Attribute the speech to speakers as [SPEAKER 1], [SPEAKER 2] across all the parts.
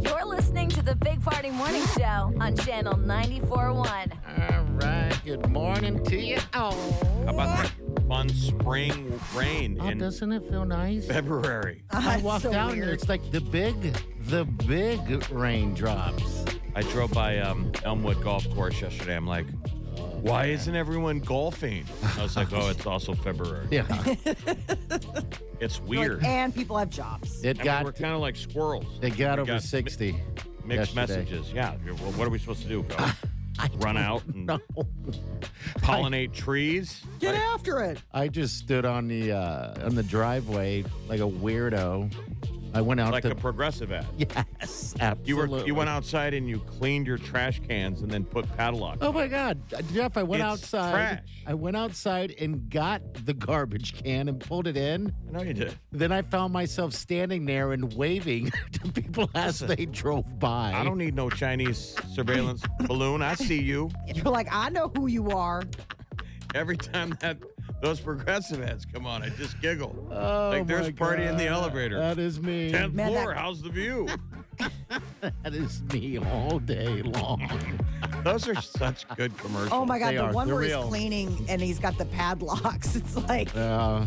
[SPEAKER 1] You're listening to the Big Party Morning Show on Channel 94.1.
[SPEAKER 2] All right. Good morning to you. Oh.
[SPEAKER 3] How about that fun spring rain
[SPEAKER 2] Oh,
[SPEAKER 3] in
[SPEAKER 2] doesn't it feel nice?
[SPEAKER 3] Oh, February?
[SPEAKER 2] I walked out and it's like the big, the big raindrops.
[SPEAKER 3] I drove by um, Elmwood Golf Course yesterday. I'm like, why isn't everyone golfing? I was like, oh, it's also February.
[SPEAKER 2] Yeah.
[SPEAKER 3] It's
[SPEAKER 4] Like,
[SPEAKER 3] weird.
[SPEAKER 4] and people have jobs.
[SPEAKER 3] I
[SPEAKER 2] It
[SPEAKER 3] mean,
[SPEAKER 2] got
[SPEAKER 3] we're kind of like squirrels.
[SPEAKER 2] it got
[SPEAKER 3] we
[SPEAKER 2] over
[SPEAKER 3] got mi-
[SPEAKER 2] 60. yesterday.
[SPEAKER 3] Mixed messages. Yeah. you're- well, What are we supposed to do? Go
[SPEAKER 2] I
[SPEAKER 3] run out and
[SPEAKER 2] No.
[SPEAKER 3] pollinate trees?
[SPEAKER 4] Get after it.
[SPEAKER 2] I just stood on the uh on the driveway like a weirdo. I went out
[SPEAKER 3] Like
[SPEAKER 2] to
[SPEAKER 3] a progressive ad.
[SPEAKER 2] Yes, absolutely.
[SPEAKER 3] You were you went outside and you cleaned your trash cans and then put padlock.
[SPEAKER 2] Oh my God, Jeff! I went
[SPEAKER 3] It's
[SPEAKER 2] outside.
[SPEAKER 3] trash.
[SPEAKER 2] I went outside and got the garbage can and pulled it in.
[SPEAKER 3] I know you did.
[SPEAKER 2] Then I found myself standing there and waving to people as they drove by.
[SPEAKER 3] I don't need no Chinese surveillance balloon. I see you.
[SPEAKER 4] You're like, I know who you are.
[SPEAKER 3] Every time that those progressive ads come on, I just giggle.
[SPEAKER 2] Oh,
[SPEAKER 3] Like, there's
[SPEAKER 2] my
[SPEAKER 3] party in the
[SPEAKER 2] God.
[SPEAKER 3] elevator.
[SPEAKER 2] That is me.
[SPEAKER 3] Tenth
[SPEAKER 4] Uh, Man, that-
[SPEAKER 3] floor, how's the view?
[SPEAKER 2] That is me all day long.
[SPEAKER 3] Those are such good commercials.
[SPEAKER 4] Oh my God.
[SPEAKER 2] They
[SPEAKER 4] The
[SPEAKER 2] are.
[SPEAKER 4] one
[SPEAKER 2] They're
[SPEAKER 4] where
[SPEAKER 2] real.
[SPEAKER 4] he's cleaning and he's got the padlocks. It's like,
[SPEAKER 2] Uh,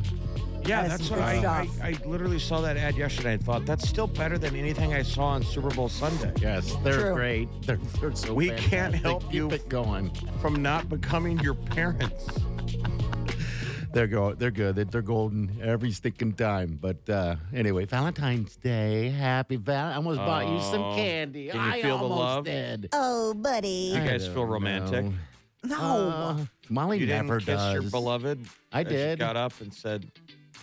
[SPEAKER 3] yeah,
[SPEAKER 4] That
[SPEAKER 3] that's
[SPEAKER 4] is some
[SPEAKER 3] what I,
[SPEAKER 4] good
[SPEAKER 3] I
[SPEAKER 4] stuff.
[SPEAKER 3] I literally saw that ad yesterday and thought that's still better than anything I saw on Super Bowl Sunday.
[SPEAKER 2] yes, they're
[SPEAKER 4] True.
[SPEAKER 2] great. They're, they're so.
[SPEAKER 3] We can't
[SPEAKER 2] fantastic.
[SPEAKER 3] help
[SPEAKER 2] Keep
[SPEAKER 3] you.
[SPEAKER 2] it going.
[SPEAKER 3] From not becoming your parents.
[SPEAKER 2] They're go. They're good. They're- They're golden every stinking time. But uh, anyway, Valentine's Day. Happy Val. I almost bought you some
[SPEAKER 3] Oh,
[SPEAKER 2] candy.
[SPEAKER 3] can you
[SPEAKER 2] I
[SPEAKER 3] feel the
[SPEAKER 2] almost
[SPEAKER 3] love?
[SPEAKER 2] did.
[SPEAKER 4] oh, buddy.
[SPEAKER 3] You
[SPEAKER 2] I
[SPEAKER 3] guys
[SPEAKER 2] don't
[SPEAKER 3] feel romantic?
[SPEAKER 2] know.
[SPEAKER 4] No.
[SPEAKER 2] Uh, Molly
[SPEAKER 3] you
[SPEAKER 2] never
[SPEAKER 3] didn't kiss
[SPEAKER 2] does.
[SPEAKER 3] your beloved.
[SPEAKER 2] I
[SPEAKER 3] as you
[SPEAKER 2] did.
[SPEAKER 3] got up and said,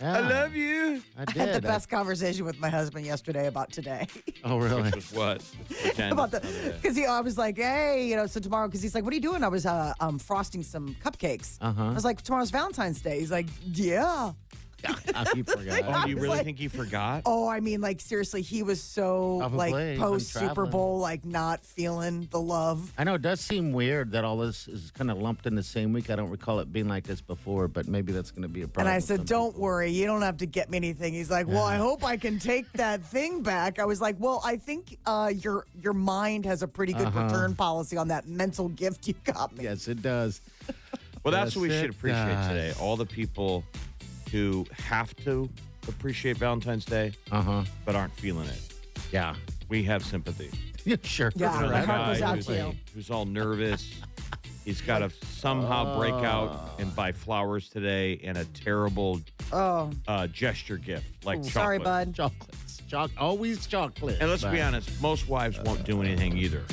[SPEAKER 2] Yeah,
[SPEAKER 4] Ah.
[SPEAKER 3] "I love you."
[SPEAKER 2] I
[SPEAKER 4] I
[SPEAKER 2] did.
[SPEAKER 4] had the best conversation with my husband yesterday about today.
[SPEAKER 2] I- oh really?
[SPEAKER 3] Which was Oh, what? Pretend
[SPEAKER 4] about the
[SPEAKER 3] it's
[SPEAKER 2] Oh,
[SPEAKER 3] Sunday.
[SPEAKER 4] because he I was like, hey, you know, so tomorrow because he's like, what are you doing? I was uh, um frosting some cupcakes.
[SPEAKER 2] Uh-huh.
[SPEAKER 4] I was like, tomorrow's Valentine's Day. He's like, yeah. Ah,
[SPEAKER 2] I keep
[SPEAKER 3] Oh,
[SPEAKER 2] forgot.
[SPEAKER 3] you
[SPEAKER 4] was
[SPEAKER 3] really
[SPEAKER 4] like-
[SPEAKER 3] think he forgot?
[SPEAKER 4] Oh, I mean, like seriously, he was so
[SPEAKER 2] I'm
[SPEAKER 4] like
[SPEAKER 2] playing, I'm
[SPEAKER 4] post Super
[SPEAKER 2] traveling.
[SPEAKER 4] Bowl, like not feeling the love.
[SPEAKER 2] I know it does seem weird that all this is kind of lumped in the same week. I don't recall it being like this before, but maybe that's going to be a problem.
[SPEAKER 4] And I
[SPEAKER 2] with
[SPEAKER 4] said,
[SPEAKER 2] some
[SPEAKER 4] "Don't
[SPEAKER 2] people.
[SPEAKER 4] worry, you don't have to get me anything." He's like, "Well, I hope I can take that thing back." I was like, "Well, I think uh, your your mind has a pretty good
[SPEAKER 2] Uh-huh.
[SPEAKER 4] return policy on that mental gift you got me."
[SPEAKER 2] Yes, it does.
[SPEAKER 3] Well, that's what we
[SPEAKER 2] Yes,
[SPEAKER 3] should
[SPEAKER 2] it
[SPEAKER 3] appreciate
[SPEAKER 2] does.
[SPEAKER 3] today. All the people who have to appreciate Valentine's Day
[SPEAKER 2] Uh huh.
[SPEAKER 3] but aren't feeling it.
[SPEAKER 2] Yeah.
[SPEAKER 3] We have sympathy.
[SPEAKER 2] Yeah, sure.
[SPEAKER 4] Yeah,
[SPEAKER 3] You know,
[SPEAKER 4] my
[SPEAKER 3] that
[SPEAKER 4] heart goes
[SPEAKER 3] guy
[SPEAKER 4] out
[SPEAKER 3] who's,
[SPEAKER 4] to you.
[SPEAKER 3] who's all nervous. He's got to somehow break out
[SPEAKER 2] Oh.
[SPEAKER 3] and buy flowers today and a terrible
[SPEAKER 4] Oh,
[SPEAKER 3] uh, gesture gift like chocolate.
[SPEAKER 4] sorry, bud.
[SPEAKER 2] Chocolates. Choc- always chocolate.
[SPEAKER 3] And let's be
[SPEAKER 2] But-
[SPEAKER 3] honest, most wives won't do anything either.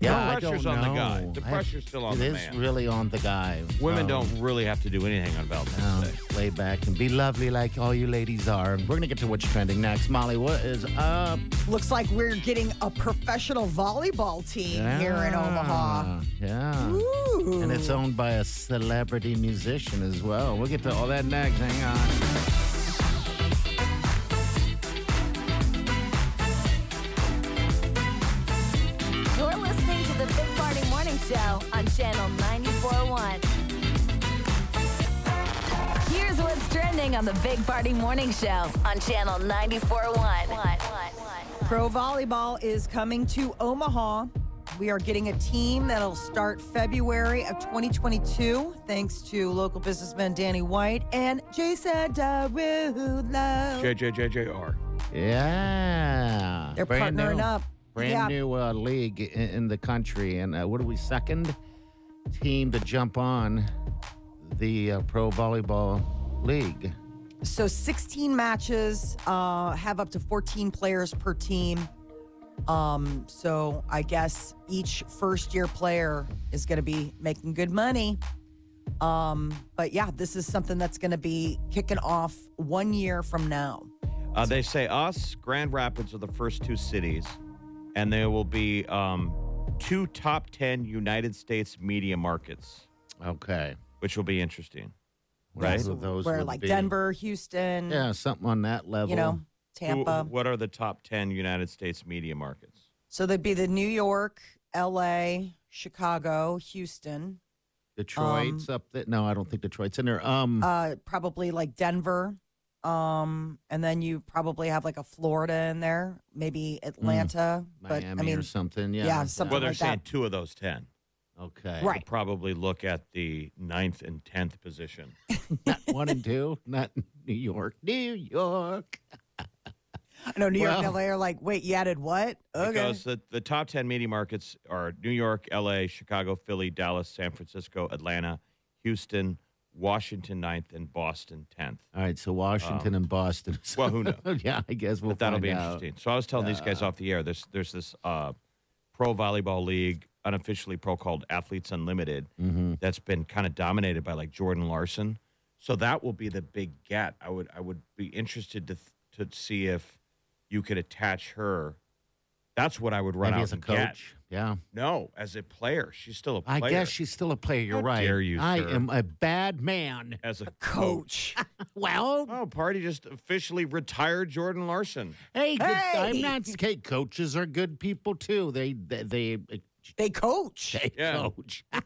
[SPEAKER 2] Yeah,
[SPEAKER 3] The pressure's
[SPEAKER 2] I
[SPEAKER 3] on
[SPEAKER 2] don't
[SPEAKER 3] the guy.
[SPEAKER 2] know.
[SPEAKER 3] The
[SPEAKER 2] I-
[SPEAKER 3] pressure's still on the
[SPEAKER 2] It is
[SPEAKER 3] man.
[SPEAKER 2] really on the guy.
[SPEAKER 3] Women
[SPEAKER 2] So,
[SPEAKER 3] don't really have to do anything on
[SPEAKER 2] Oh. no,
[SPEAKER 3] Valentine's Day.
[SPEAKER 2] lay back and be lovely like all you ladies are. And we're going to get to what's trending next. Molly, what is up?
[SPEAKER 4] Looks like we're getting a professional volleyball team here in Omaha.
[SPEAKER 2] Yeah.
[SPEAKER 4] Ooh.
[SPEAKER 2] And it's owned by a celebrity musician as well. We'll get to all that next. Hang on.
[SPEAKER 1] You're listening to the Big Party Morning Show on Channel 941. Here's what's trending on the Big Party Morning Show on Channel 941.
[SPEAKER 4] Pro volleyball is coming to Omaha. We are getting a team that'll start February of 2022, thanks to local businessman Danny White and Jason Derulo.
[SPEAKER 3] JJJJR.
[SPEAKER 2] Yeah.
[SPEAKER 4] They're
[SPEAKER 2] Brand
[SPEAKER 4] partnering
[SPEAKER 2] new,
[SPEAKER 4] up.
[SPEAKER 2] Brand
[SPEAKER 4] yeah.
[SPEAKER 2] new uh, league in, in the country. And uh, what are we, second team to jump on the uh, Pro Volleyball League?
[SPEAKER 4] So 16 matches uh, have up to 14 players per team. Um, so I guess each first year player is going to be making good money. Um, but yeah, this is something that's going to be kicking off one year from now.
[SPEAKER 3] Uh, they say us, Grand Rapids are the first two cities, and there will be um, two top 10 United States media markets,
[SPEAKER 2] Okay.
[SPEAKER 3] which will be interesting.
[SPEAKER 2] Right.
[SPEAKER 3] Right.
[SPEAKER 2] Of those
[SPEAKER 4] Where
[SPEAKER 2] would
[SPEAKER 4] like
[SPEAKER 2] be-
[SPEAKER 4] Denver, Houston,
[SPEAKER 2] Yeah, something on that level.
[SPEAKER 4] you know,
[SPEAKER 3] Who-
[SPEAKER 4] Tampa.
[SPEAKER 3] what are the top 10 United States media markets?
[SPEAKER 4] So they'd be the New York, LA, Chicago, Houston,
[SPEAKER 2] Detroit's up there. No, I don't think Detroit's in there. Um,
[SPEAKER 4] um, uh, probably like Denver. Um, and then you probably have like a Florida in there, maybe Atlanta. but
[SPEAKER 2] Mm. Miami
[SPEAKER 4] I mean,
[SPEAKER 2] or something. Yeah.
[SPEAKER 4] yeah, something
[SPEAKER 3] Well, they're
[SPEAKER 4] like
[SPEAKER 3] saying
[SPEAKER 4] that.
[SPEAKER 3] two of those 10.
[SPEAKER 2] Okay.
[SPEAKER 4] Right.
[SPEAKER 3] Probably look at the ninth and 10th position.
[SPEAKER 2] Not one and two. Not New York. New York.
[SPEAKER 4] I know New York
[SPEAKER 2] well-
[SPEAKER 4] and LA are like, wait, you added what? Okay.
[SPEAKER 3] Because the, the top 10 media markets are New York, LA, Chicago, Philly, Dallas, San Francisco, Atlanta, Houston, Washington 9th, and Boston 10th.
[SPEAKER 2] All right. So Washington and Boston.
[SPEAKER 3] Oh. Well, who knows?
[SPEAKER 2] yeah, I guess we'll.
[SPEAKER 3] But that'll
[SPEAKER 2] find
[SPEAKER 3] be
[SPEAKER 2] out.
[SPEAKER 3] interesting. So I was telling these guys off the air there's, there's this uh, pro volleyball league, unofficially pro called Athletes Unlimited,
[SPEAKER 2] Mm-hmm.
[SPEAKER 3] that's been kind of dominated by like Jordan Larson. So that will be the big get. I would I would be interested to th- to see if you could attach her. That's what I would run
[SPEAKER 2] Maybe
[SPEAKER 3] out
[SPEAKER 2] as a
[SPEAKER 3] and get.
[SPEAKER 2] coach. Yeah.
[SPEAKER 3] No, as a player, she's still a
[SPEAKER 2] I
[SPEAKER 3] player.
[SPEAKER 2] guess she's still a player. You're
[SPEAKER 3] How
[SPEAKER 2] right.
[SPEAKER 3] dare you,
[SPEAKER 2] I
[SPEAKER 3] sir.
[SPEAKER 2] am a bad man.
[SPEAKER 3] as a
[SPEAKER 4] coach.
[SPEAKER 2] Well,
[SPEAKER 3] Oh, party just officially retired Jordan Larson.
[SPEAKER 2] hey, good, I'm
[SPEAKER 4] Hey!
[SPEAKER 2] not. Hey, coaches are good people too. They they they,
[SPEAKER 4] they coach.
[SPEAKER 2] they
[SPEAKER 3] Yeah.
[SPEAKER 2] coach.
[SPEAKER 3] Why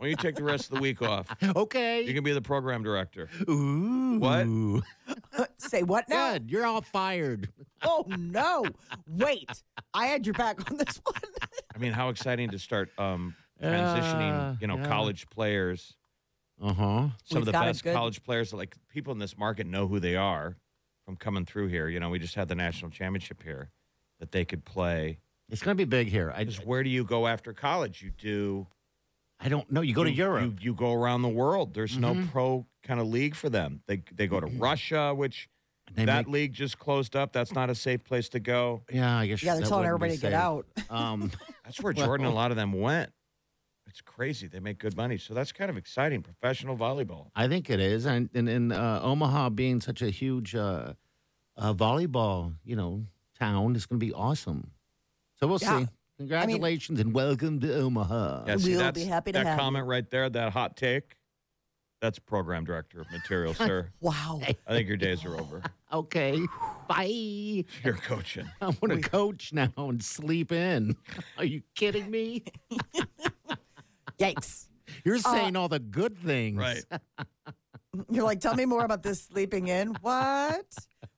[SPEAKER 3] don't you take the rest of the week off? You
[SPEAKER 2] okay.
[SPEAKER 3] can be the program director.
[SPEAKER 2] Ooh.
[SPEAKER 3] What?
[SPEAKER 4] Say what now?
[SPEAKER 2] Good. You're all fired.
[SPEAKER 4] Oh no. Wait. I had your back on this one.
[SPEAKER 3] I mean, how exciting to start um, transitioning,
[SPEAKER 2] Uh,
[SPEAKER 3] you know,
[SPEAKER 2] yeah.
[SPEAKER 3] college players.
[SPEAKER 2] Uh huh.
[SPEAKER 3] Some
[SPEAKER 4] We've
[SPEAKER 3] of the
[SPEAKER 4] got a
[SPEAKER 3] best
[SPEAKER 4] good-
[SPEAKER 3] college players, like people in this market know who they are from coming through here. You know, we just had the national championship here that they could play.
[SPEAKER 2] It's gonna be big here. I
[SPEAKER 3] Because where do you go after college? You do
[SPEAKER 2] I don't know. You go to
[SPEAKER 3] you-
[SPEAKER 2] Europe. Mm-hmm.
[SPEAKER 3] You, you go around the world. There's no pro kind of league for them. They they go to Russia, which
[SPEAKER 2] They
[SPEAKER 3] that
[SPEAKER 2] make-
[SPEAKER 3] league just closed up. That's not a safe place to go.
[SPEAKER 2] yeah, I guess.
[SPEAKER 4] yeah, they're
[SPEAKER 2] that
[SPEAKER 4] telling
[SPEAKER 2] wouldn't be
[SPEAKER 4] everybody to get
[SPEAKER 2] safe.
[SPEAKER 4] out.
[SPEAKER 2] Um,
[SPEAKER 3] That's where Jordan and a lot of them went. It's crazy. They make good money. So that's kind of exciting. Professional volleyball.
[SPEAKER 2] I think it is, and and, and uh, Omaha being such a huge uh, uh, volleyball, you know, town is going to be awesome. So we'll
[SPEAKER 4] Yeah.
[SPEAKER 2] see. Congratulations and welcome to Omaha.
[SPEAKER 3] Yeah, see,
[SPEAKER 4] Uh, We'll
[SPEAKER 3] that's-
[SPEAKER 4] be happy to
[SPEAKER 3] that
[SPEAKER 4] have you.
[SPEAKER 3] comment right there, that hot take. That's program director material, sir.
[SPEAKER 4] Wow.
[SPEAKER 3] I think your days are over.
[SPEAKER 2] Okay, bye.
[SPEAKER 3] You're coaching.
[SPEAKER 2] I want to coach now and sleep in. Are you kidding me?
[SPEAKER 4] Yikes.
[SPEAKER 2] You're saying all the good things,
[SPEAKER 3] Right.
[SPEAKER 4] You're like, tell me more about this sleeping in. What?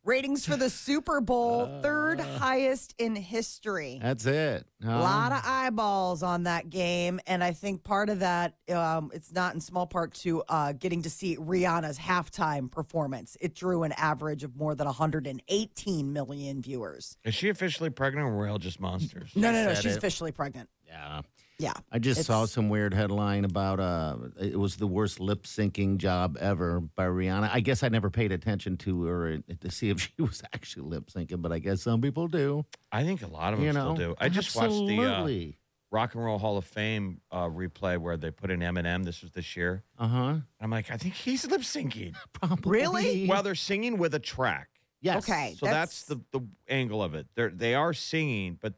[SPEAKER 4] Ratings for the Super Bowl, third
[SPEAKER 2] Uh.
[SPEAKER 4] highest in history.
[SPEAKER 2] That's it. Um,
[SPEAKER 4] A lot of eyeballs on that game. And I think part of that, um, it's not in small part to uh, getting to see Rihanna's halftime performance. It drew an average of more than 118 million viewers.
[SPEAKER 3] Is she officially pregnant or we're all just monsters?
[SPEAKER 4] No, no, no.
[SPEAKER 2] said
[SPEAKER 4] She's
[SPEAKER 2] it.
[SPEAKER 4] officially pregnant.
[SPEAKER 2] yeah.
[SPEAKER 4] Yeah.
[SPEAKER 2] I just saw
[SPEAKER 4] It's-
[SPEAKER 2] some weird headline about uh, it was the worst lip syncing job ever by Rihanna. I guess I never paid attention to her to see if she was actually lip syncing, but I guess some people do.
[SPEAKER 3] I think a lot of them
[SPEAKER 2] you know,
[SPEAKER 3] still do. I just watched the. Uh,
[SPEAKER 2] absolutely.
[SPEAKER 3] Rock and Roll Hall of Fame uh, replay where they put in Eminem. This was this year.
[SPEAKER 2] uh huh.
[SPEAKER 3] I'm like, I think he's lip syncing.
[SPEAKER 2] Probably.
[SPEAKER 4] Really?
[SPEAKER 3] Well, they're singing with a track.
[SPEAKER 2] Yes.
[SPEAKER 4] Okay.
[SPEAKER 3] So that's, the, the angle of it. They're, they are singing, but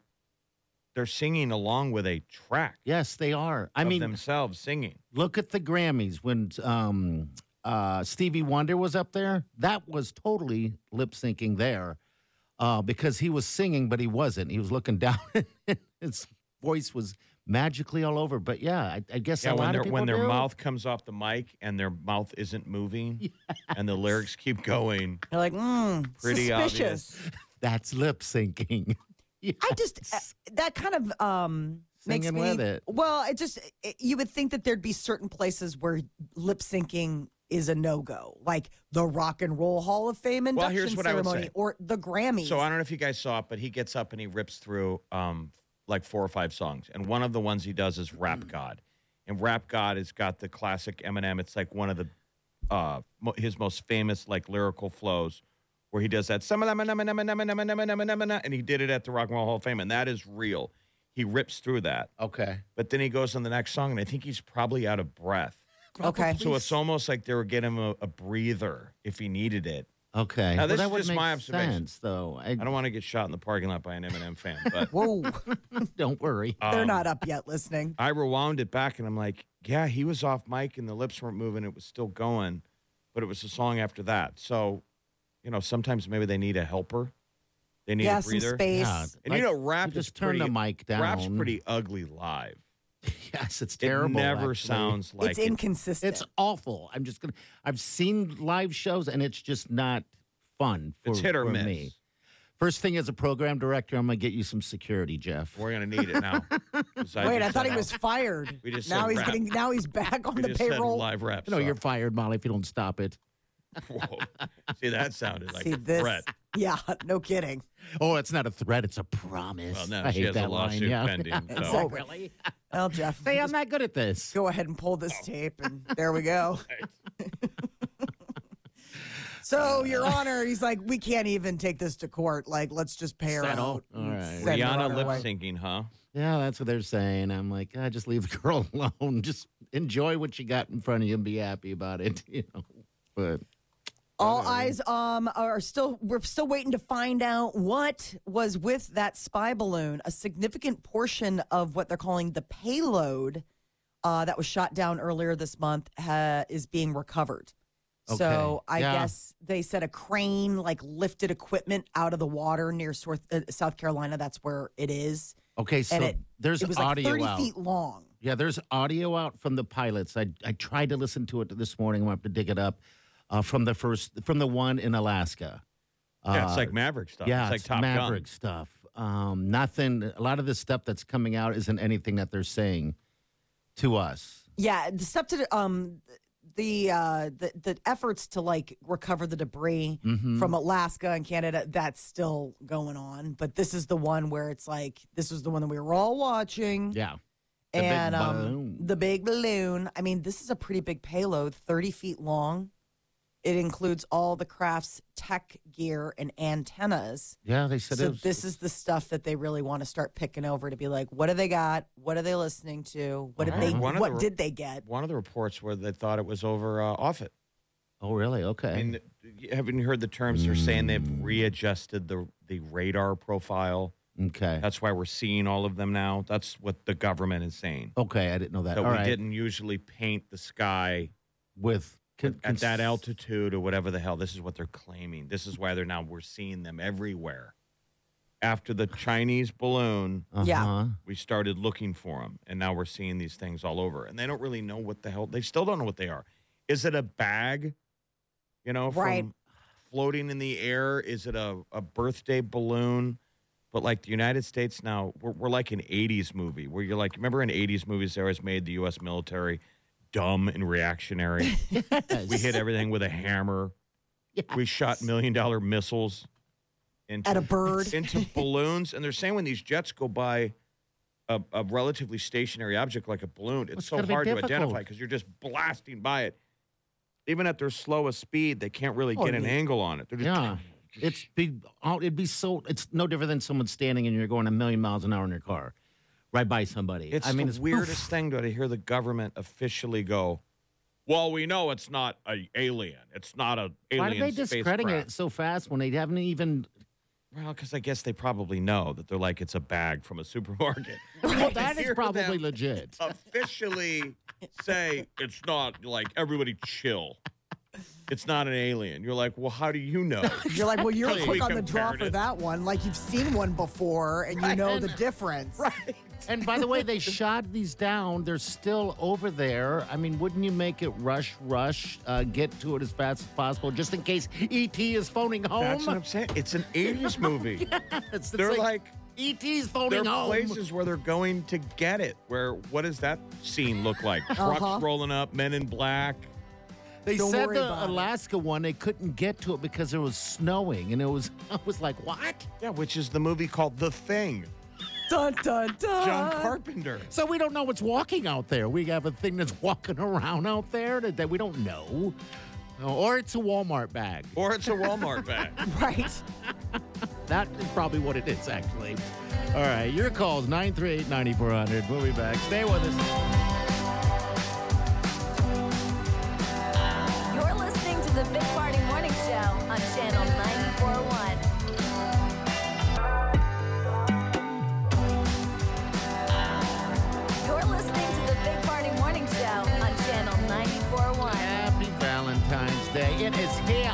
[SPEAKER 3] they're singing along with a track.
[SPEAKER 2] Yes, they are. I
[SPEAKER 3] of
[SPEAKER 2] mean,
[SPEAKER 3] themselves singing.
[SPEAKER 2] look at the Grammys when um, uh, Stevie Wonder was up there. That was totally lip syncing there uh, because he was singing, but he wasn't. He was looking down. His voice was magically all over. But yeah, I, I guess
[SPEAKER 3] yeah,
[SPEAKER 2] a
[SPEAKER 3] when
[SPEAKER 2] lot
[SPEAKER 3] their
[SPEAKER 2] of people
[SPEAKER 3] when their
[SPEAKER 2] do.
[SPEAKER 3] mouth comes off the mic and their mouth isn't moving, and the lyrics keep going.
[SPEAKER 4] You're like, mm,
[SPEAKER 3] Pretty
[SPEAKER 4] suspicious.
[SPEAKER 3] obvious.
[SPEAKER 2] That's lip syncing. yeah.
[SPEAKER 4] I just uh, that kind of um makes
[SPEAKER 2] Singing
[SPEAKER 4] me
[SPEAKER 2] with it.
[SPEAKER 4] well. It just it, you would think that there'd be certain places where lip syncing is a no go, like the Rock and Roll Hall of Fame induction
[SPEAKER 3] Well, here's what I would
[SPEAKER 4] ceremony
[SPEAKER 3] say.
[SPEAKER 4] or the Grammys.
[SPEAKER 3] So I don't know if you guys saw it, but he gets up and he rips through um, like four or five songs, and one of the ones he does is
[SPEAKER 2] Mm.
[SPEAKER 3] Rap God, and Rap God has got the classic Eminem. It's like one of the uh, mo- his most famous like lyrical flows, where he does that and he did it at the Rock and Roll Hall of Fame, and that is real. He rips through that,
[SPEAKER 2] Okay.
[SPEAKER 3] but then he goes on the next song, and I think he's probably out of breath.
[SPEAKER 4] Okay.
[SPEAKER 3] So it's almost like they were getting him a, a breather if he needed it.
[SPEAKER 2] Okay.
[SPEAKER 3] Now,
[SPEAKER 2] Well,
[SPEAKER 3] this
[SPEAKER 2] that
[SPEAKER 3] is
[SPEAKER 2] would
[SPEAKER 3] just
[SPEAKER 2] make
[SPEAKER 3] my observation.
[SPEAKER 2] sense, though. I,
[SPEAKER 3] I don't want to get shot in the parking lot by an Eminem fan, but
[SPEAKER 4] Whoa.
[SPEAKER 2] don't worry.
[SPEAKER 4] They're
[SPEAKER 3] um,
[SPEAKER 4] not up yet listening.
[SPEAKER 3] I rewound it back and I'm like, yeah, he was off mic and the lips weren't moving. It was still going, but it was the song after that. So, you know, sometimes maybe they need a helper. They need
[SPEAKER 4] Yeah,
[SPEAKER 3] a
[SPEAKER 4] some
[SPEAKER 3] breather.
[SPEAKER 4] space.
[SPEAKER 2] Yeah,
[SPEAKER 3] And
[SPEAKER 2] like,
[SPEAKER 3] you know, rap
[SPEAKER 2] you just
[SPEAKER 3] is
[SPEAKER 2] turn
[SPEAKER 3] pretty,
[SPEAKER 2] the mic down.
[SPEAKER 3] Rap's pretty ugly live.
[SPEAKER 2] Yes, it's terrible.
[SPEAKER 3] it never
[SPEAKER 2] actually.
[SPEAKER 3] sounds like
[SPEAKER 4] it's
[SPEAKER 3] it.
[SPEAKER 4] inconsistent.
[SPEAKER 2] It's awful. I'm just gonna. I've seen live shows, and it's just not fun for,
[SPEAKER 3] It's hit or
[SPEAKER 2] for
[SPEAKER 3] miss.
[SPEAKER 2] me. First thing as a program director, I'm gonna get you some security, Jeff.
[SPEAKER 3] We're gonna need it now. 'Cause
[SPEAKER 4] Wait, I
[SPEAKER 3] just
[SPEAKER 4] thought
[SPEAKER 3] said
[SPEAKER 4] he was fired.
[SPEAKER 3] We just
[SPEAKER 4] now
[SPEAKER 3] said
[SPEAKER 4] he's
[SPEAKER 3] rap.
[SPEAKER 4] getting now he's back on
[SPEAKER 3] We
[SPEAKER 4] the
[SPEAKER 3] just said
[SPEAKER 4] payroll.
[SPEAKER 3] live rap.
[SPEAKER 2] You know,
[SPEAKER 3] so-
[SPEAKER 2] you're fired, Molly, if you don't stop it.
[SPEAKER 3] Whoa. See, that sounded like
[SPEAKER 4] See
[SPEAKER 3] a
[SPEAKER 4] this?
[SPEAKER 3] threat.
[SPEAKER 4] Yeah, no kidding.
[SPEAKER 2] Oh, it's not a threat; it's a promise.
[SPEAKER 3] Well, no,
[SPEAKER 2] I
[SPEAKER 3] she
[SPEAKER 2] hate
[SPEAKER 3] has
[SPEAKER 2] that
[SPEAKER 3] a
[SPEAKER 2] line.
[SPEAKER 3] lawsuit
[SPEAKER 2] Yeah.
[SPEAKER 3] pending. so-
[SPEAKER 4] Exactly.
[SPEAKER 2] Really?
[SPEAKER 4] Well, Jeff,
[SPEAKER 2] Say, I'm
[SPEAKER 4] just
[SPEAKER 2] not good at this.
[SPEAKER 4] go ahead and pull this tape, and there we go.
[SPEAKER 3] Uh,
[SPEAKER 4] so, Your Honor, he's like, we can't even take this to court. Like, let's just pay her
[SPEAKER 2] Settle.
[SPEAKER 4] out. and
[SPEAKER 2] All right.
[SPEAKER 4] send her on
[SPEAKER 3] Rihanna
[SPEAKER 4] her
[SPEAKER 3] lip
[SPEAKER 4] way.
[SPEAKER 3] syncing, huh?
[SPEAKER 2] Yeah, that's what they're saying. I'm like, ah, just leave the girl alone. Just enjoy what you got in front of you and be happy about it. You know, but
[SPEAKER 4] All eyes um are still we're still waiting to find out what was with that spy balloon. A significant portion of what they're calling the payload uh, that was shot down earlier this month uh, is being recovered. So
[SPEAKER 2] Okay.
[SPEAKER 4] I
[SPEAKER 2] Yeah.
[SPEAKER 4] guess they said a crane like lifted equipment out of the water near South, uh, South Carolina. That's where it is.
[SPEAKER 2] okay, so
[SPEAKER 4] And it-
[SPEAKER 2] there's
[SPEAKER 4] it was like
[SPEAKER 2] audio
[SPEAKER 4] thirty
[SPEAKER 2] out.
[SPEAKER 4] feet long.
[SPEAKER 2] Yeah, there's audio out from the pilots. I I tried to listen to it this morning. I'm up to dig it up uh, from the first from the one in Alaska.
[SPEAKER 3] yeah,
[SPEAKER 2] Uh,
[SPEAKER 3] it's like Maverick stuff.
[SPEAKER 2] yeah,
[SPEAKER 3] it's like Top
[SPEAKER 2] Maverick
[SPEAKER 3] Gun.
[SPEAKER 2] stuff. Um, nothing. A lot of the stuff that's coming out isn't anything that they're saying to us.
[SPEAKER 4] Yeah, the stuff to um the uh the, the efforts to like recover the debris
[SPEAKER 2] Mm-hmm.
[SPEAKER 4] from Alaska and Canada that's still going on, but this is the one where it's like this was the one that we were all watching
[SPEAKER 2] Yeah, the big
[SPEAKER 4] and um
[SPEAKER 2] balloon.
[SPEAKER 4] the big balloon. I mean, this is a pretty big payload, 30 feet long. It includes all the craft's tech gear and antennas.
[SPEAKER 2] yeah. They said
[SPEAKER 4] so
[SPEAKER 2] it was,
[SPEAKER 4] this is the stuff that they really want to start picking over to be like, what do they got? What are they listening to? What did
[SPEAKER 2] Wow.
[SPEAKER 4] they?
[SPEAKER 3] One of
[SPEAKER 4] What
[SPEAKER 3] the-
[SPEAKER 4] did they get?
[SPEAKER 3] One of the reports where they thought it was over uh, off it.
[SPEAKER 2] Oh, really?
[SPEAKER 3] I
[SPEAKER 2] Okay.
[SPEAKER 3] mean, you haven't heard the terms. They're saying they've readjusted the the radar profile.
[SPEAKER 2] okay.
[SPEAKER 3] That's why we're seeing all of them now. That's what the government is saying.
[SPEAKER 2] Okay, I didn't know that.
[SPEAKER 3] That
[SPEAKER 2] All
[SPEAKER 3] we
[SPEAKER 2] right.
[SPEAKER 3] didn't usually paint the sky
[SPEAKER 2] with con-
[SPEAKER 3] at that
[SPEAKER 2] cons-
[SPEAKER 3] altitude or whatever the hell. This is what they're claiming. This is why they're now we're seeing them everywhere. After the Chinese balloon,
[SPEAKER 4] Yeah.
[SPEAKER 2] Uh-huh.
[SPEAKER 3] we started looking for them, and now we're seeing these things all over. And they don't really know what the hell. They still don't know what they are. Is it a bag? You know, from
[SPEAKER 4] Right.
[SPEAKER 3] floating in the air? Is it a, a birthday balloon? But like the United States now, we're, we're like an 80s movie where you're like, remember in 80s movies, they always made the U.S. military dumb and reactionary. We hit everything with a hammer. We shot million dollar missiles into,
[SPEAKER 4] At a bird.
[SPEAKER 3] into balloons. And they're saying when these jets go by a, a relatively stationary object like a balloon, it's,
[SPEAKER 2] It's
[SPEAKER 3] so
[SPEAKER 2] gotta be
[SPEAKER 3] hard to identify
[SPEAKER 2] difficult.
[SPEAKER 3] because you're just blasting by it. Even at their slowest speed, they can't really
[SPEAKER 2] Oh,
[SPEAKER 3] get an
[SPEAKER 2] yeah.
[SPEAKER 3] angle on it. They're just
[SPEAKER 2] Yeah. It's be oh, it'd be so it's no different than someone standing and you're going a million miles an hour in your car, right by somebody.
[SPEAKER 3] It's
[SPEAKER 2] I mean,
[SPEAKER 3] the
[SPEAKER 2] it's
[SPEAKER 3] weirdest thing though, to hear the government officially go, "Well, we know it's not a alien. It's not a
[SPEAKER 2] Why
[SPEAKER 3] alien
[SPEAKER 2] are they discrediting
[SPEAKER 3] spacecraft."
[SPEAKER 2] it so fast when they haven't even?
[SPEAKER 3] Well, because I guess they probably know that they're like it's a bag from a supermarket.
[SPEAKER 2] Well, that is
[SPEAKER 3] Hear
[SPEAKER 2] probably
[SPEAKER 3] them
[SPEAKER 2] legit.
[SPEAKER 3] officially say it's not like everybody chill. It's not an alien. You're like, well, how do you know?
[SPEAKER 4] You're like, well, you're
[SPEAKER 3] Exactly.
[SPEAKER 4] quick
[SPEAKER 3] We
[SPEAKER 4] on the draw
[SPEAKER 3] compared
[SPEAKER 4] for
[SPEAKER 3] it.
[SPEAKER 4] that one. Like you've seen one before and you know the difference. Right.
[SPEAKER 2] And by the way, they shot these down. They're still over there. I mean, wouldn't you make it rush, rush, uh, get to it as fast as possible, just in case ET is phoning home?
[SPEAKER 3] That's what I'm saying. It's an 80s movie.
[SPEAKER 2] It's- it's
[SPEAKER 3] They're like
[SPEAKER 2] ET's
[SPEAKER 3] there
[SPEAKER 2] phoning
[SPEAKER 3] are
[SPEAKER 2] home.
[SPEAKER 3] places where they're going to get it. Where what does that scene look like? Trucks
[SPEAKER 4] Uh-huh.
[SPEAKER 3] rolling up, men in black.
[SPEAKER 2] They
[SPEAKER 4] Don't
[SPEAKER 2] said
[SPEAKER 4] worry
[SPEAKER 2] the
[SPEAKER 4] about it.
[SPEAKER 2] Alaska one they couldn't get to it because it was snowing, and it was I was like, what?
[SPEAKER 3] Yeah, which is the movie called The Thing.
[SPEAKER 4] Dun dun dun.
[SPEAKER 3] John
[SPEAKER 2] Uh-huh.
[SPEAKER 3] Carpenter.
[SPEAKER 2] So we don't know what's walking out there. We have a thing that's walking around out there that, that we don't know, Uh, or it's a Walmart bag.
[SPEAKER 3] Or it's a Walmart bag.
[SPEAKER 4] Right.
[SPEAKER 2] That is probably what it is, actually. All right, your calls 938 9400. We'll be back. Stay with us. Valentine's Day. It is here.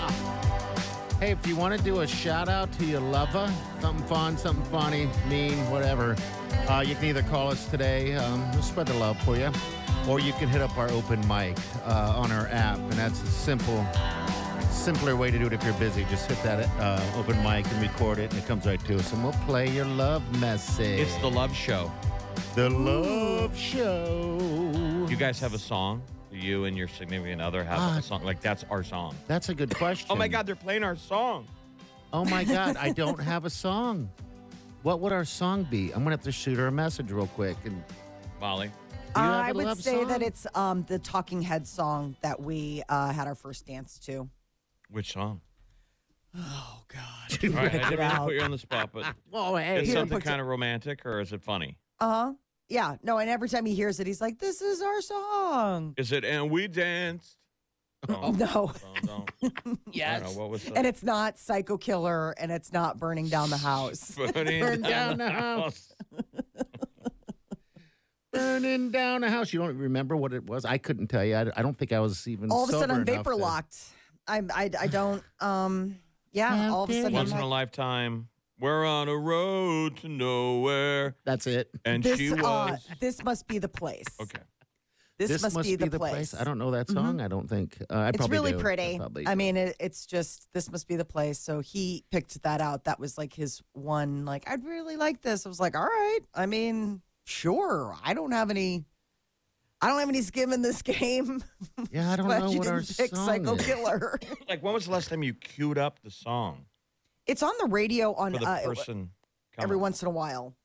[SPEAKER 2] Hey, if you want to do a shout out to your lover, something fun, something funny, mean, whatever, uh, you can either call us today, um, we'll spread the love for you, or you can hit up our open mic uh, on our app, and that's a simple, simpler way to do it if you're busy. Just hit that uh, open mic and record it, and it comes right to us, and we'll play your love message.
[SPEAKER 3] It's the love show.
[SPEAKER 2] The Love Show.
[SPEAKER 3] You guys have a song. You and your significant other have
[SPEAKER 4] Uh,
[SPEAKER 2] Ah.
[SPEAKER 3] a song. Like that's our song.
[SPEAKER 2] That's a good question.
[SPEAKER 3] Oh my God, they're playing our song.
[SPEAKER 2] Oh my God, I don't have a song. What would our song be? I'm gonna have to shoot her a message real quick. And
[SPEAKER 3] Molly,
[SPEAKER 2] do you have
[SPEAKER 4] Uh, I
[SPEAKER 2] a
[SPEAKER 4] would
[SPEAKER 2] love
[SPEAKER 4] say
[SPEAKER 2] song?
[SPEAKER 4] that it's um, the Talking Head song that we uh, had our first dance to.
[SPEAKER 3] which song?
[SPEAKER 4] Oh God.
[SPEAKER 3] All right, I didn't mean to
[SPEAKER 4] out.
[SPEAKER 3] put you on the spot, but
[SPEAKER 2] Whoa, Oh, hey,
[SPEAKER 3] it's
[SPEAKER 4] you
[SPEAKER 3] something
[SPEAKER 4] put-
[SPEAKER 3] kind of romantic or is it funny?
[SPEAKER 4] Uh huh. Yeah. No. And every time he hears it, he's like, "This is our song."
[SPEAKER 3] Is it and we danced? Oh,
[SPEAKER 4] No.
[SPEAKER 3] don't, don't. I don't know, what was the
[SPEAKER 4] And it's not Psycho Killer, and it's not burning down the house.
[SPEAKER 3] burning
[SPEAKER 2] Burn down the house. burning down the house. You don't remember what it was? I couldn't tell you. I, I don't think I was even.
[SPEAKER 4] all of a sudden,
[SPEAKER 2] sober
[SPEAKER 4] I'm
[SPEAKER 2] enough
[SPEAKER 4] vapor
[SPEAKER 2] to-
[SPEAKER 4] locked. I'm. I. I don't. Um. Yeah. All of a sudden, I'm
[SPEAKER 3] Once in
[SPEAKER 4] like,
[SPEAKER 3] a lifetime, we're on a road to nowhere,
[SPEAKER 2] That's it.
[SPEAKER 3] and
[SPEAKER 4] this.
[SPEAKER 3] she
[SPEAKER 4] Uh,
[SPEAKER 3] was
[SPEAKER 4] this must be the place.
[SPEAKER 3] okay.
[SPEAKER 4] This, must, be, the, place. Mm-hmm.
[SPEAKER 2] I don't know that song. I don't think. Uh, I
[SPEAKER 4] It's
[SPEAKER 2] probably
[SPEAKER 4] really
[SPEAKER 2] do. I
[SPEAKER 4] pretty.
[SPEAKER 2] probably
[SPEAKER 4] I
[SPEAKER 2] do.
[SPEAKER 4] mean, it, it's just this must be the place. So he picked that out. That was like his one. Like I'd really like this. I was like, all right. I mean, sure. I don't have any. I don't have any skin in this game.
[SPEAKER 2] yeah, I don't
[SPEAKER 4] Glad
[SPEAKER 2] know
[SPEAKER 4] you
[SPEAKER 2] what our
[SPEAKER 4] didn't pick
[SPEAKER 2] song
[SPEAKER 4] Psycho
[SPEAKER 2] is.
[SPEAKER 4] Killer.
[SPEAKER 3] Like, when was the last time you queued up the song
[SPEAKER 4] it's on the radio on
[SPEAKER 3] for the
[SPEAKER 4] uh,
[SPEAKER 3] person? coming?
[SPEAKER 4] every once in a while.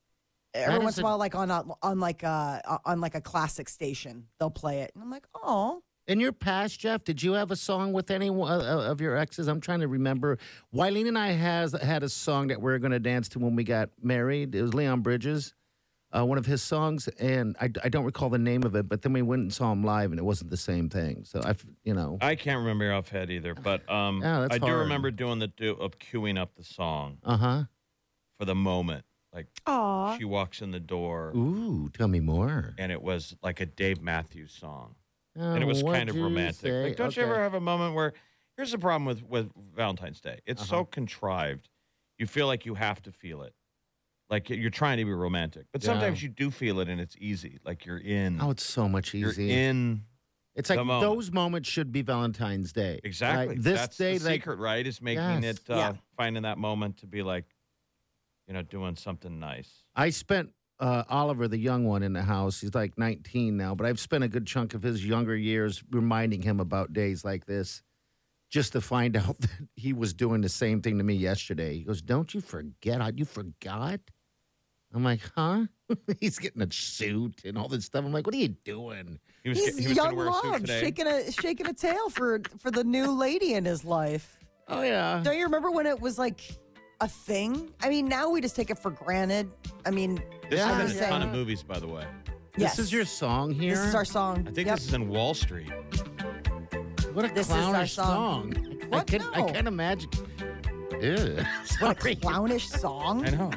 [SPEAKER 4] Every
[SPEAKER 2] is
[SPEAKER 4] once in a
[SPEAKER 2] a-
[SPEAKER 4] while, like on a, on like a on like a classic station, they'll play it, and I'm like, oh,
[SPEAKER 2] In your past, Jeff, did you have a song with any one- uh, uh, of your exes? I'm trying to remember. Wileen and I has had a song that we are going to dance to when we got married. It was Leon Bridges, uh, one of his songs, and I, I don't recall the name of it. But then we went and saw him live, and it wasn't the same thing. So I, f- you know,
[SPEAKER 3] I can't remember offhand either, but um,
[SPEAKER 2] Yeah, that's
[SPEAKER 3] I do
[SPEAKER 2] hard.
[SPEAKER 3] remember doing the do of queuing up the song
[SPEAKER 2] uh huh.
[SPEAKER 3] for the moment. Like
[SPEAKER 4] aw,
[SPEAKER 3] she walks in the door,
[SPEAKER 2] Ooh, tell me more.
[SPEAKER 3] and it was like a Dave Matthews song,
[SPEAKER 2] Oh,
[SPEAKER 3] and it was
[SPEAKER 2] what'd
[SPEAKER 3] kind of
[SPEAKER 2] you
[SPEAKER 3] romantic.
[SPEAKER 2] say?
[SPEAKER 3] Like, don't you
[SPEAKER 2] Okay.
[SPEAKER 3] ever have a moment where? Here's the problem with with Valentine's Day. It's
[SPEAKER 2] Uh-huh.
[SPEAKER 3] so contrived. You feel like you have to feel it, like you're trying to be romantic, but
[SPEAKER 2] Yeah.
[SPEAKER 3] sometimes you do feel it, and it's easy. Like you're in.
[SPEAKER 2] Oh, it's so much
[SPEAKER 3] you're
[SPEAKER 2] easier.
[SPEAKER 3] in
[SPEAKER 2] it's like
[SPEAKER 3] the moment.
[SPEAKER 2] those moments should be Valentine's Day. right?
[SPEAKER 3] exactly.
[SPEAKER 2] This
[SPEAKER 3] That's
[SPEAKER 2] day,
[SPEAKER 3] the
[SPEAKER 2] like,
[SPEAKER 3] secret, right? Is making
[SPEAKER 2] Yes.
[SPEAKER 3] it uh,
[SPEAKER 4] Yeah.
[SPEAKER 3] finding that moment to be like, you know, doing something nice.
[SPEAKER 2] I spent uh, Oliver, the young one in the house. He's like 19 now, but I've spent a good chunk of his younger years reminding him about days like this, just to find out that he was doing the same thing to me yesterday. He goes, "Don't you forget? I- You forgot?" I'm like, "Huh?" He's getting a suit and all this stuff. I'm like, "What are you doing?"
[SPEAKER 3] He was,
[SPEAKER 4] he's
[SPEAKER 3] he was
[SPEAKER 4] young
[SPEAKER 3] gonna wear a suit
[SPEAKER 4] love,
[SPEAKER 3] today.
[SPEAKER 4] shaking a shaking a tail for for the new lady in his life.
[SPEAKER 2] Oh yeah.
[SPEAKER 4] Don't you remember when it was like a thing? I mean, now we just take it for granted. I mean,
[SPEAKER 3] This
[SPEAKER 2] Yeah,
[SPEAKER 3] is in a
[SPEAKER 4] yeah.
[SPEAKER 3] ton of movies, by the way.
[SPEAKER 4] yes.
[SPEAKER 2] This is your song here.
[SPEAKER 4] This is our song.
[SPEAKER 3] I think
[SPEAKER 4] Yep.
[SPEAKER 3] this is in Wall Street.
[SPEAKER 2] what a
[SPEAKER 4] this is our
[SPEAKER 2] clownish
[SPEAKER 4] song.
[SPEAKER 2] I
[SPEAKER 4] What?
[SPEAKER 2] can I
[SPEAKER 4] No.
[SPEAKER 2] can't imagine. Ew.
[SPEAKER 4] what a
[SPEAKER 2] Sorry.
[SPEAKER 4] clownish song.
[SPEAKER 3] I know.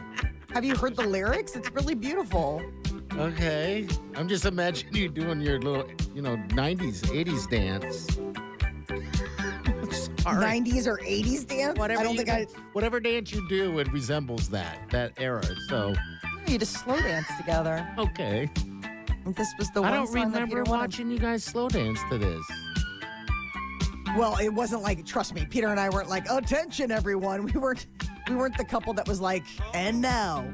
[SPEAKER 4] Have you heard the lyrics? It's really beautiful.
[SPEAKER 2] Okay. I'm just imagining you doing your little, you know, 90s, 80s dance. Sorry.
[SPEAKER 4] 90s or 80s dance. I don't
[SPEAKER 2] you
[SPEAKER 4] think
[SPEAKER 2] do- Whatever dance you do, it resembles that, that era. So,
[SPEAKER 4] I. You just slow dance together.
[SPEAKER 2] okay.
[SPEAKER 4] And This was the
[SPEAKER 2] I
[SPEAKER 4] one
[SPEAKER 2] don't
[SPEAKER 4] song that
[SPEAKER 2] remember
[SPEAKER 4] Peter wanted.
[SPEAKER 2] watching you guys slow dance to this.
[SPEAKER 4] Well, it wasn't like trust me, Peter and I weren't like attention everyone. We weren't we weren't the couple that was like and now.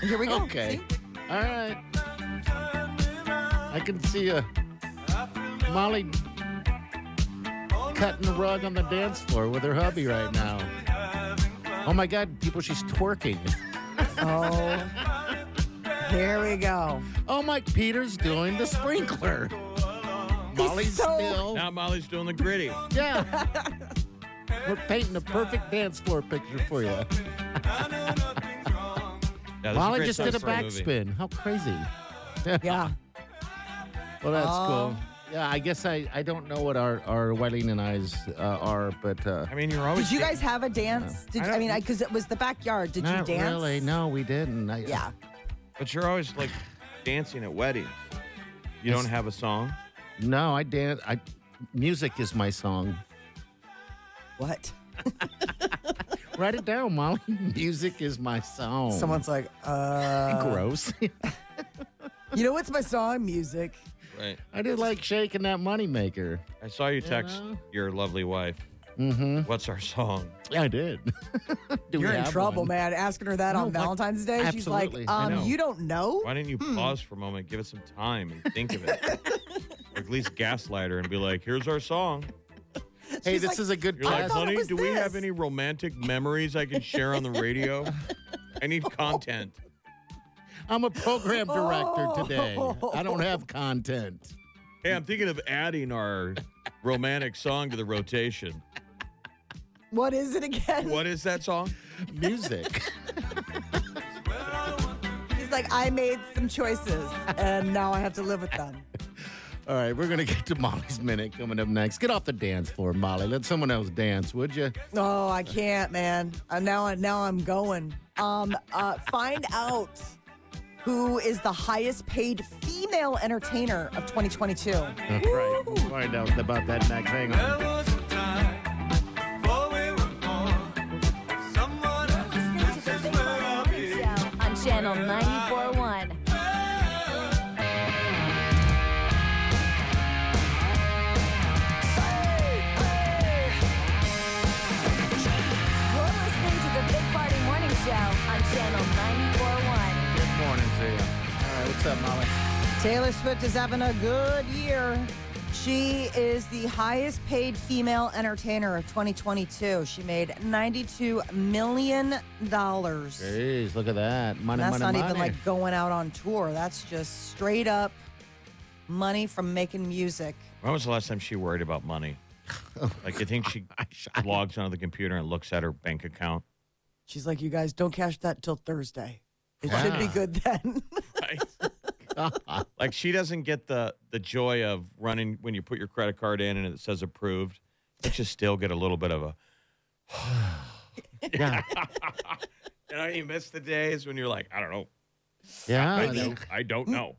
[SPEAKER 4] Here we go.
[SPEAKER 2] Okay.
[SPEAKER 4] Oh, See?
[SPEAKER 2] All right. I can see a Molly cutting the rug on the dance floor with her hubby right now. Oh my God, people, she's twerking.
[SPEAKER 4] Oh. Here we go.
[SPEAKER 2] Oh, Mike Peters doing the sprinkler. Molly's
[SPEAKER 4] so-
[SPEAKER 2] still.
[SPEAKER 3] Now Molly's doing the gritty.
[SPEAKER 2] Yeah. We're painting a perfect dance floor picture for you.
[SPEAKER 3] Yeah, this is
[SPEAKER 2] Molly
[SPEAKER 3] great
[SPEAKER 2] just
[SPEAKER 3] song
[SPEAKER 2] did a
[SPEAKER 3] for a movie.
[SPEAKER 2] backspin. How crazy.
[SPEAKER 4] Yeah.
[SPEAKER 2] Well, that's
[SPEAKER 4] Oh.
[SPEAKER 2] cool. Yeah, I guess I, I don't know what our, our Wileen and I's uh, are, but uh,
[SPEAKER 3] I mean, you're always.
[SPEAKER 4] Did you
[SPEAKER 3] getting-
[SPEAKER 4] guys have a dance? Did
[SPEAKER 3] I
[SPEAKER 4] you, I
[SPEAKER 3] don't-
[SPEAKER 4] mean, I because it was the backyard. Did
[SPEAKER 2] not
[SPEAKER 4] you dance?
[SPEAKER 2] really. No, we didn't. I,
[SPEAKER 4] Yeah.
[SPEAKER 3] But you're always like dancing at weddings. You
[SPEAKER 2] It's-
[SPEAKER 3] don't have a song.
[SPEAKER 2] No, I dance. I Music is my song.
[SPEAKER 5] What?
[SPEAKER 2] Write it down, Molly. Music is my song.
[SPEAKER 5] Someone's like, uh.
[SPEAKER 2] Oh. gross.
[SPEAKER 5] You know what's my song? Music.
[SPEAKER 3] Right.
[SPEAKER 2] I did like shaking that moneymaker.
[SPEAKER 3] I saw you text your lovely wife.
[SPEAKER 2] Mm-hmm.
[SPEAKER 3] What's our song?
[SPEAKER 2] I did. Do we
[SPEAKER 5] You're in
[SPEAKER 2] have
[SPEAKER 5] trouble,
[SPEAKER 2] one?
[SPEAKER 5] man. Asking her that
[SPEAKER 2] No,
[SPEAKER 5] on
[SPEAKER 2] what-
[SPEAKER 5] Valentine's Day. She's like,
[SPEAKER 2] Absolutely.
[SPEAKER 3] I
[SPEAKER 5] um,
[SPEAKER 3] know.
[SPEAKER 5] you don't know?
[SPEAKER 3] Why didn't you
[SPEAKER 5] Hmm.
[SPEAKER 3] pause for a moment, give it some time, and think of it? or at least gaslight her and be like, "Here's our song."
[SPEAKER 2] Hey,
[SPEAKER 5] She's
[SPEAKER 2] this
[SPEAKER 5] like,
[SPEAKER 2] is a good
[SPEAKER 3] You're like,
[SPEAKER 5] thought it
[SPEAKER 3] "Honey,
[SPEAKER 5] was
[SPEAKER 3] do we have
[SPEAKER 5] this."
[SPEAKER 3] any romantic memories I can share on the radio? I need content."
[SPEAKER 2] I'm a program director
[SPEAKER 5] Oh.
[SPEAKER 2] today. I don't have content.
[SPEAKER 3] Hey, I'm thinking of adding our romantic song to the rotation.
[SPEAKER 5] What is it again?
[SPEAKER 3] What is that song?
[SPEAKER 2] Music.
[SPEAKER 5] He's like, I made some choices and now I have to live with them.
[SPEAKER 2] All right, we're going to get to Molly's Minute coming up next. Get off the dance floor, Molly. Let someone else dance, would you?
[SPEAKER 5] Oh, I can't, man. Uh, now, now I'm going. Um, uh, find out who is the highest paid female entertainer of 2022.
[SPEAKER 2] All right, we'll find out about that next. Hang on.
[SPEAKER 1] Listening to the Big Party Morning Show on Channel 94.1. You're listening to the Big Party Morning Show on Channel 94.1.
[SPEAKER 2] Good morning to you. All right, what's up, Molly?
[SPEAKER 5] Taylor Swift is having a good year. She is the highest paid female entertainer of 2022. She made $92 million.
[SPEAKER 2] Jeez, look at that. Money,
[SPEAKER 5] That's
[SPEAKER 2] money,
[SPEAKER 5] not
[SPEAKER 2] money.
[SPEAKER 5] even like going out on tour. That's just straight up money from making music.
[SPEAKER 3] When was the last time she worried about money?
[SPEAKER 5] Oh,
[SPEAKER 3] Like, you think she logs onto the computer and looks at her bank account?
[SPEAKER 5] She's like, you guys don't cash that till Thursday. It
[SPEAKER 2] Wow.
[SPEAKER 5] should be good
[SPEAKER 2] Mm-hmm.
[SPEAKER 5] then.
[SPEAKER 3] Right? like, she doesn't get the the joy of running when you put your credit card in and it says approved. But you still get a little bit of a.
[SPEAKER 2] yeah,
[SPEAKER 3] You know, you miss the days when you're like, I don't know, I,
[SPEAKER 2] Oh, yeah.
[SPEAKER 3] don't, I don't know.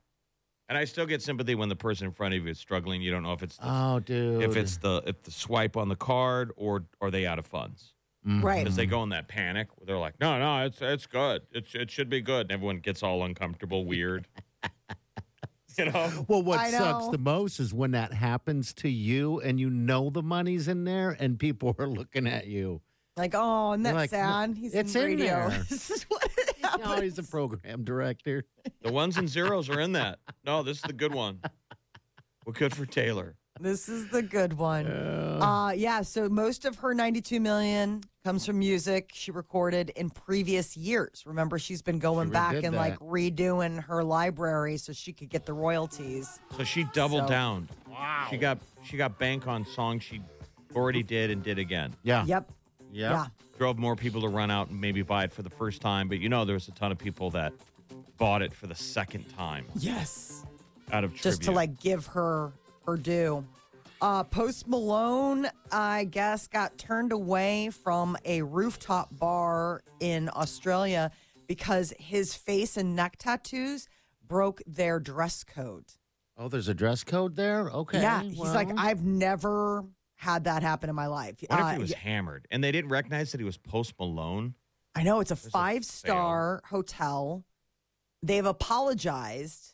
[SPEAKER 3] And I still get sympathy when the person in front of you is struggling. You don't know if it's the,
[SPEAKER 2] Oh, dude.
[SPEAKER 3] if it's the if the swipe on the card or are they out of funds.
[SPEAKER 2] Mm-hmm.
[SPEAKER 5] right.
[SPEAKER 3] because they go in that panic. where They're like, no, no, it's it's good. It's it should be good. And everyone gets all uncomfortable, weird. you know,
[SPEAKER 2] Well, what
[SPEAKER 5] I
[SPEAKER 2] sucks
[SPEAKER 5] know.
[SPEAKER 2] the most is when that happens to you and you know the money's in there and people are looking at you.
[SPEAKER 5] Like, oh, isn't
[SPEAKER 2] You're
[SPEAKER 5] that
[SPEAKER 2] like,
[SPEAKER 5] sad?
[SPEAKER 2] "No,
[SPEAKER 5] He's
[SPEAKER 2] it's
[SPEAKER 5] in
[SPEAKER 2] in
[SPEAKER 5] radio.
[SPEAKER 2] there."
[SPEAKER 5] this is what happens.
[SPEAKER 2] Oh, he's a program director.
[SPEAKER 3] the ones and zeros are in that. No, this is the good one. Well, good for Taylor.
[SPEAKER 5] This is the good one. Uh, yeah. So most of her 92 million comes from music she recorded in previous years. Remember, she's been going
[SPEAKER 2] She
[SPEAKER 5] back
[SPEAKER 2] redid
[SPEAKER 5] and like
[SPEAKER 2] that.
[SPEAKER 5] redoing her library so she could get the royalties.
[SPEAKER 3] So she doubled
[SPEAKER 5] So-
[SPEAKER 3] down. Wow. She got she got bank on songs she already did and did again.
[SPEAKER 2] Yeah.
[SPEAKER 5] Yep.
[SPEAKER 2] Yeah.
[SPEAKER 5] Yeah.
[SPEAKER 3] Drove more people to run out and maybe buy it for the first time, but you know there was a ton of people that bought it for the second time
[SPEAKER 5] Yes.
[SPEAKER 3] out of
[SPEAKER 5] just to
[SPEAKER 3] tribute.
[SPEAKER 5] like give her her due. Uh, Post Malone, I guess, got turned away from a rooftop bar in Australia because his face and neck tattoos broke their dress code.
[SPEAKER 2] Oh, there's a dress code there? Okay.
[SPEAKER 5] yeah, he's like,
[SPEAKER 2] well,
[SPEAKER 5] I've never had that happen in my life.
[SPEAKER 3] What if
[SPEAKER 5] Uh,
[SPEAKER 3] he was hammered and they didn't recognize that he was Post Malone?
[SPEAKER 5] I know it's a
[SPEAKER 3] a
[SPEAKER 5] five star hotel. They've apologized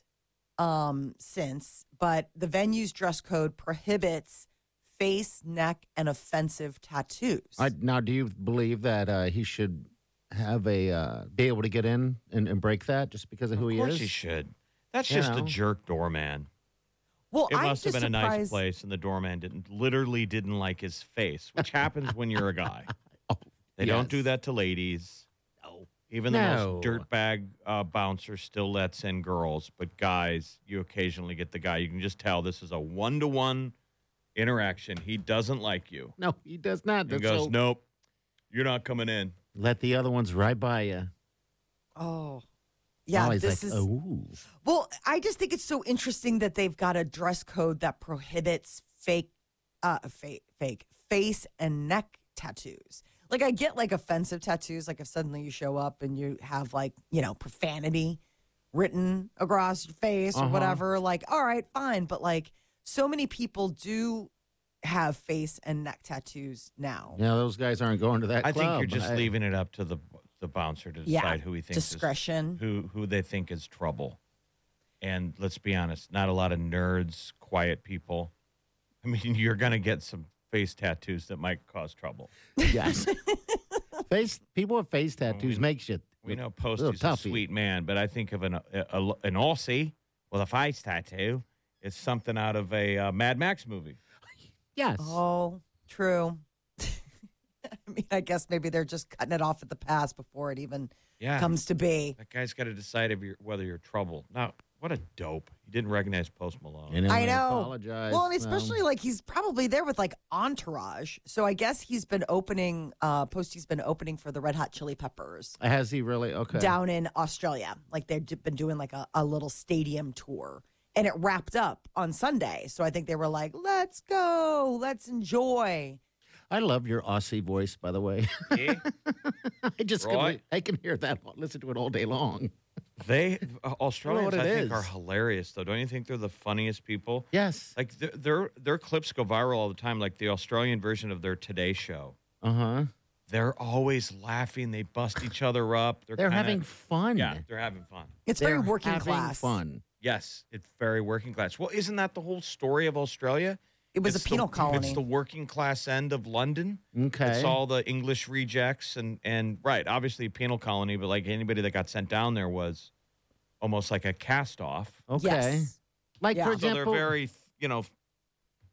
[SPEAKER 5] um, since, but the venue's dress code prohibits face, neck, and offensive tattoos.
[SPEAKER 2] I, now, do you believe that uh, he should have a uh, be able to get in and, and break that just because of who
[SPEAKER 3] Of
[SPEAKER 2] he
[SPEAKER 3] course
[SPEAKER 2] is?
[SPEAKER 3] you should. That's
[SPEAKER 2] You
[SPEAKER 3] just a
[SPEAKER 2] know.
[SPEAKER 3] jerk doorman.
[SPEAKER 5] well,
[SPEAKER 3] It
[SPEAKER 5] I'm
[SPEAKER 3] must have
[SPEAKER 5] just
[SPEAKER 3] been a nice
[SPEAKER 5] surprised-
[SPEAKER 3] place, and the doorman didn't literally didn't like his face, which happens when you're a guy. They don't do
[SPEAKER 2] yes.
[SPEAKER 3] that to ladies. No. Even the
[SPEAKER 2] No.
[SPEAKER 3] most dirtbag uh, bouncer still lets in girls, but guys, you occasionally get the guy. You can just tell this is a one to one interaction. He doesn't like you.
[SPEAKER 2] No, he does not.
[SPEAKER 3] And
[SPEAKER 2] That's
[SPEAKER 3] goes,
[SPEAKER 2] so-
[SPEAKER 3] nope, you're not coming in.
[SPEAKER 2] Let the other ones right by you.
[SPEAKER 5] Oh, yeah.
[SPEAKER 2] Molly's
[SPEAKER 5] this
[SPEAKER 2] like,
[SPEAKER 5] is
[SPEAKER 2] ooh.
[SPEAKER 5] well. I just think it's so interesting that they've got a dress code that prohibits fake, uh, fake, fake face and neck tattoos. Like I get like offensive tattoos. Like if suddenly you show up and you have like you know profanity written across your face or
[SPEAKER 2] Uh-huh.
[SPEAKER 5] whatever. Like all right, fine. But like so many people do have face and neck tattoos now.
[SPEAKER 2] Yeah, those guys aren't going to that.
[SPEAKER 3] I think
[SPEAKER 2] club.
[SPEAKER 3] you're just
[SPEAKER 2] I-
[SPEAKER 3] leaving it up to the the bouncer to
[SPEAKER 5] Yeah.
[SPEAKER 3] decide who he thinks
[SPEAKER 5] Discretion.
[SPEAKER 3] is who who they think is trouble. And let's be honest, not a lot of nerds, quiet people. I mean, you're gonna get some face tattoos that might cause trouble.
[SPEAKER 2] Yes. face people with face tattoos makes you.
[SPEAKER 3] Oh, We know
[SPEAKER 2] little
[SPEAKER 3] Posty's a
[SPEAKER 2] toughy.
[SPEAKER 3] sweet man, but I think of an a, a, an Aussie with a face tattoo. It's something out of a uh, Mad Max movie.
[SPEAKER 2] Yes.
[SPEAKER 5] Oh, true. I mean, I guess maybe they're just cutting it off at the pass before it even
[SPEAKER 3] Yeah,
[SPEAKER 5] comes to be.
[SPEAKER 3] that guy's got to decide if you're, whether you're trouble. Now, what a dope! He didn't recognize Post Malone.
[SPEAKER 2] You know,
[SPEAKER 5] I
[SPEAKER 2] they
[SPEAKER 5] know.
[SPEAKER 2] Apologize.
[SPEAKER 5] Well, and
[SPEAKER 2] Um,
[SPEAKER 5] especially like he's probably there with like entourage. So I guess he's been opening, uh, Posty's been opening for the Red Hot Chili Peppers
[SPEAKER 2] has he really? Okay.
[SPEAKER 5] down in Australia. Like they've d- been doing like a, a little stadium tour and it wrapped up on Sunday. So I think they were like, let's go, let's enjoy.
[SPEAKER 2] I love your Aussie voice, by the way.
[SPEAKER 3] Yeah.
[SPEAKER 2] I just can-
[SPEAKER 3] Right.
[SPEAKER 2] I can hear that. Listen to it all day long.
[SPEAKER 3] They uh, Australians,
[SPEAKER 2] what
[SPEAKER 3] I
[SPEAKER 2] it
[SPEAKER 3] think, are
[SPEAKER 2] is.
[SPEAKER 3] hilarious though. Don't you think they're the funniest people?
[SPEAKER 2] Yes.
[SPEAKER 3] Like their their, their clips go viral all the time. Like the Australian version of their Today Show.
[SPEAKER 2] Uh huh.
[SPEAKER 3] They're always laughing. They bust each other up. They're,
[SPEAKER 2] They're
[SPEAKER 3] kinda-
[SPEAKER 2] having fun.
[SPEAKER 3] yeah, they're having fun.
[SPEAKER 5] It's
[SPEAKER 2] They're
[SPEAKER 5] very working
[SPEAKER 2] having
[SPEAKER 5] class.
[SPEAKER 2] Fun.
[SPEAKER 3] Yes, it's very working class. Well, isn't that the whole story of Australia?
[SPEAKER 5] It was
[SPEAKER 3] It's
[SPEAKER 5] a penal
[SPEAKER 3] the,
[SPEAKER 5] colony.
[SPEAKER 3] It's the working class end of London.
[SPEAKER 2] Okay.
[SPEAKER 3] It's all the English rejects and and right, obviously penal colony, but like anybody that got sent down there was almost like a cast off.
[SPEAKER 2] okay.
[SPEAKER 5] Yes.
[SPEAKER 2] Like
[SPEAKER 5] Yeah.
[SPEAKER 2] for
[SPEAKER 5] So
[SPEAKER 3] So
[SPEAKER 2] example,
[SPEAKER 3] they're very, you know,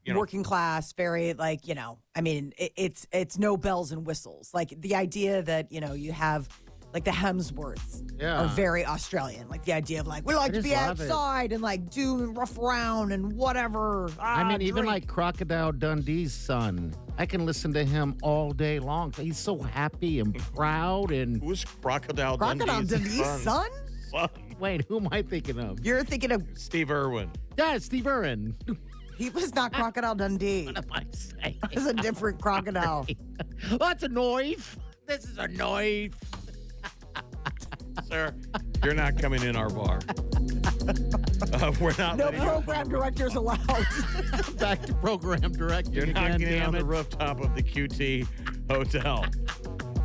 [SPEAKER 3] you know,
[SPEAKER 5] working class, very like you know. I mean, it, it's it's no bells and whistles. Like the idea that you know you have like the Hemsworths
[SPEAKER 2] Yeah.
[SPEAKER 5] are very Australian. Like the idea of like we like to
[SPEAKER 2] just
[SPEAKER 5] be
[SPEAKER 2] love it.
[SPEAKER 5] outside and like do rough around and whatever.
[SPEAKER 2] I
[SPEAKER 5] Ah,
[SPEAKER 2] mean, even
[SPEAKER 5] drink.
[SPEAKER 2] like Crocodile Dundee's son, I can listen to him all day long. He's so happy and proud. And
[SPEAKER 3] who's Crocodile
[SPEAKER 5] Crocodile
[SPEAKER 3] Dundee's
[SPEAKER 5] Dundee's son.
[SPEAKER 3] son?
[SPEAKER 2] wait, who am I thinking of?
[SPEAKER 5] You're thinking of
[SPEAKER 3] Steve Irwin.
[SPEAKER 2] Yeah, Steve Irwin.
[SPEAKER 5] he was not Crocodile Dundee.
[SPEAKER 2] What am I saying? Oh,
[SPEAKER 5] It's a different crocodile.
[SPEAKER 2] That's a knife. This is a knife.
[SPEAKER 3] Sir, you're not coming in our bar. Uh, we're not
[SPEAKER 5] No
[SPEAKER 3] letting you.
[SPEAKER 5] program directors allowed.
[SPEAKER 2] Back to program director.
[SPEAKER 3] You're not
[SPEAKER 2] again,
[SPEAKER 3] getting
[SPEAKER 2] damn
[SPEAKER 3] on the
[SPEAKER 2] it.
[SPEAKER 3] rooftop of the QT hotel.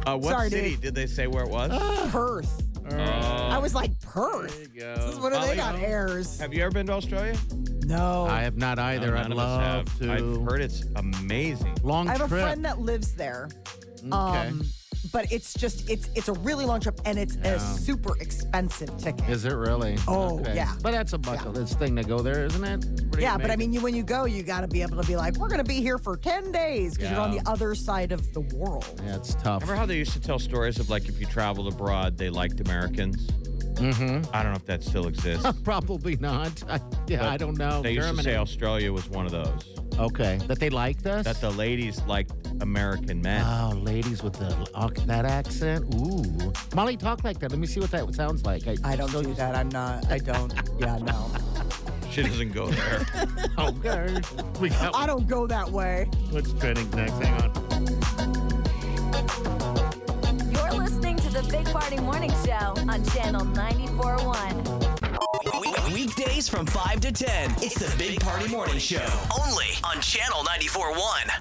[SPEAKER 3] Uh, what
[SPEAKER 5] Sorry, Uh,
[SPEAKER 3] city
[SPEAKER 5] dude.
[SPEAKER 3] did they say where it was?
[SPEAKER 5] Perth. I was like Perth. Oh, This is what do
[SPEAKER 3] Holly,
[SPEAKER 5] they got?
[SPEAKER 3] no.
[SPEAKER 5] Airs.
[SPEAKER 3] Have you ever been to Australia?
[SPEAKER 5] No.
[SPEAKER 2] I have not either.
[SPEAKER 3] No,
[SPEAKER 2] I'd
[SPEAKER 3] none of us
[SPEAKER 2] love
[SPEAKER 3] have.
[SPEAKER 2] to.
[SPEAKER 3] I've heard it's amazing.
[SPEAKER 2] Long
[SPEAKER 5] I have a
[SPEAKER 2] trip.
[SPEAKER 5] friend that lives there.
[SPEAKER 2] Okay.
[SPEAKER 5] Um, but it's just it's it's a really long trip and it's a
[SPEAKER 2] Yeah.
[SPEAKER 5] super expensive ticket.
[SPEAKER 2] Is it really?
[SPEAKER 5] Oh, yeah.
[SPEAKER 2] But that's a bucket list thing to go there, isn't it? It's pretty
[SPEAKER 5] yeah, but I
[SPEAKER 2] amazing.
[SPEAKER 5] mean, you, when you go, you got to be able to be like, we're going to be here for 10 days because you're on
[SPEAKER 2] Yeah.
[SPEAKER 5] the other side of the world.
[SPEAKER 2] Yeah, it's tough.
[SPEAKER 3] Remember how they used to tell stories of like if you traveled abroad, they liked Americans?
[SPEAKER 2] Mm-hmm.
[SPEAKER 3] I don't know if that still exists.
[SPEAKER 2] Probably not. I, yeah,
[SPEAKER 3] But
[SPEAKER 2] I don't know.
[SPEAKER 3] They used to
[SPEAKER 2] Oh, Germany.
[SPEAKER 3] say Australia was one of those.
[SPEAKER 2] okay. That they liked us?
[SPEAKER 3] That the ladies liked American men.
[SPEAKER 2] Oh, ladies with the oh, that accent. Ooh, Molly, talk like that. Let me see what that sounds like.
[SPEAKER 5] I don't do that. I'm not. I don't. Yeah, no.
[SPEAKER 3] she doesn't go there.
[SPEAKER 2] Okay. oh, we got
[SPEAKER 5] I don't go that way.
[SPEAKER 2] what's trending next. Hang on.
[SPEAKER 1] You're listening to the Big Party Morning Show on Channel 94.1.
[SPEAKER 6] Weekdays from 5 to 10. It's the Big Party Morning Show. Only on Channel 94.1.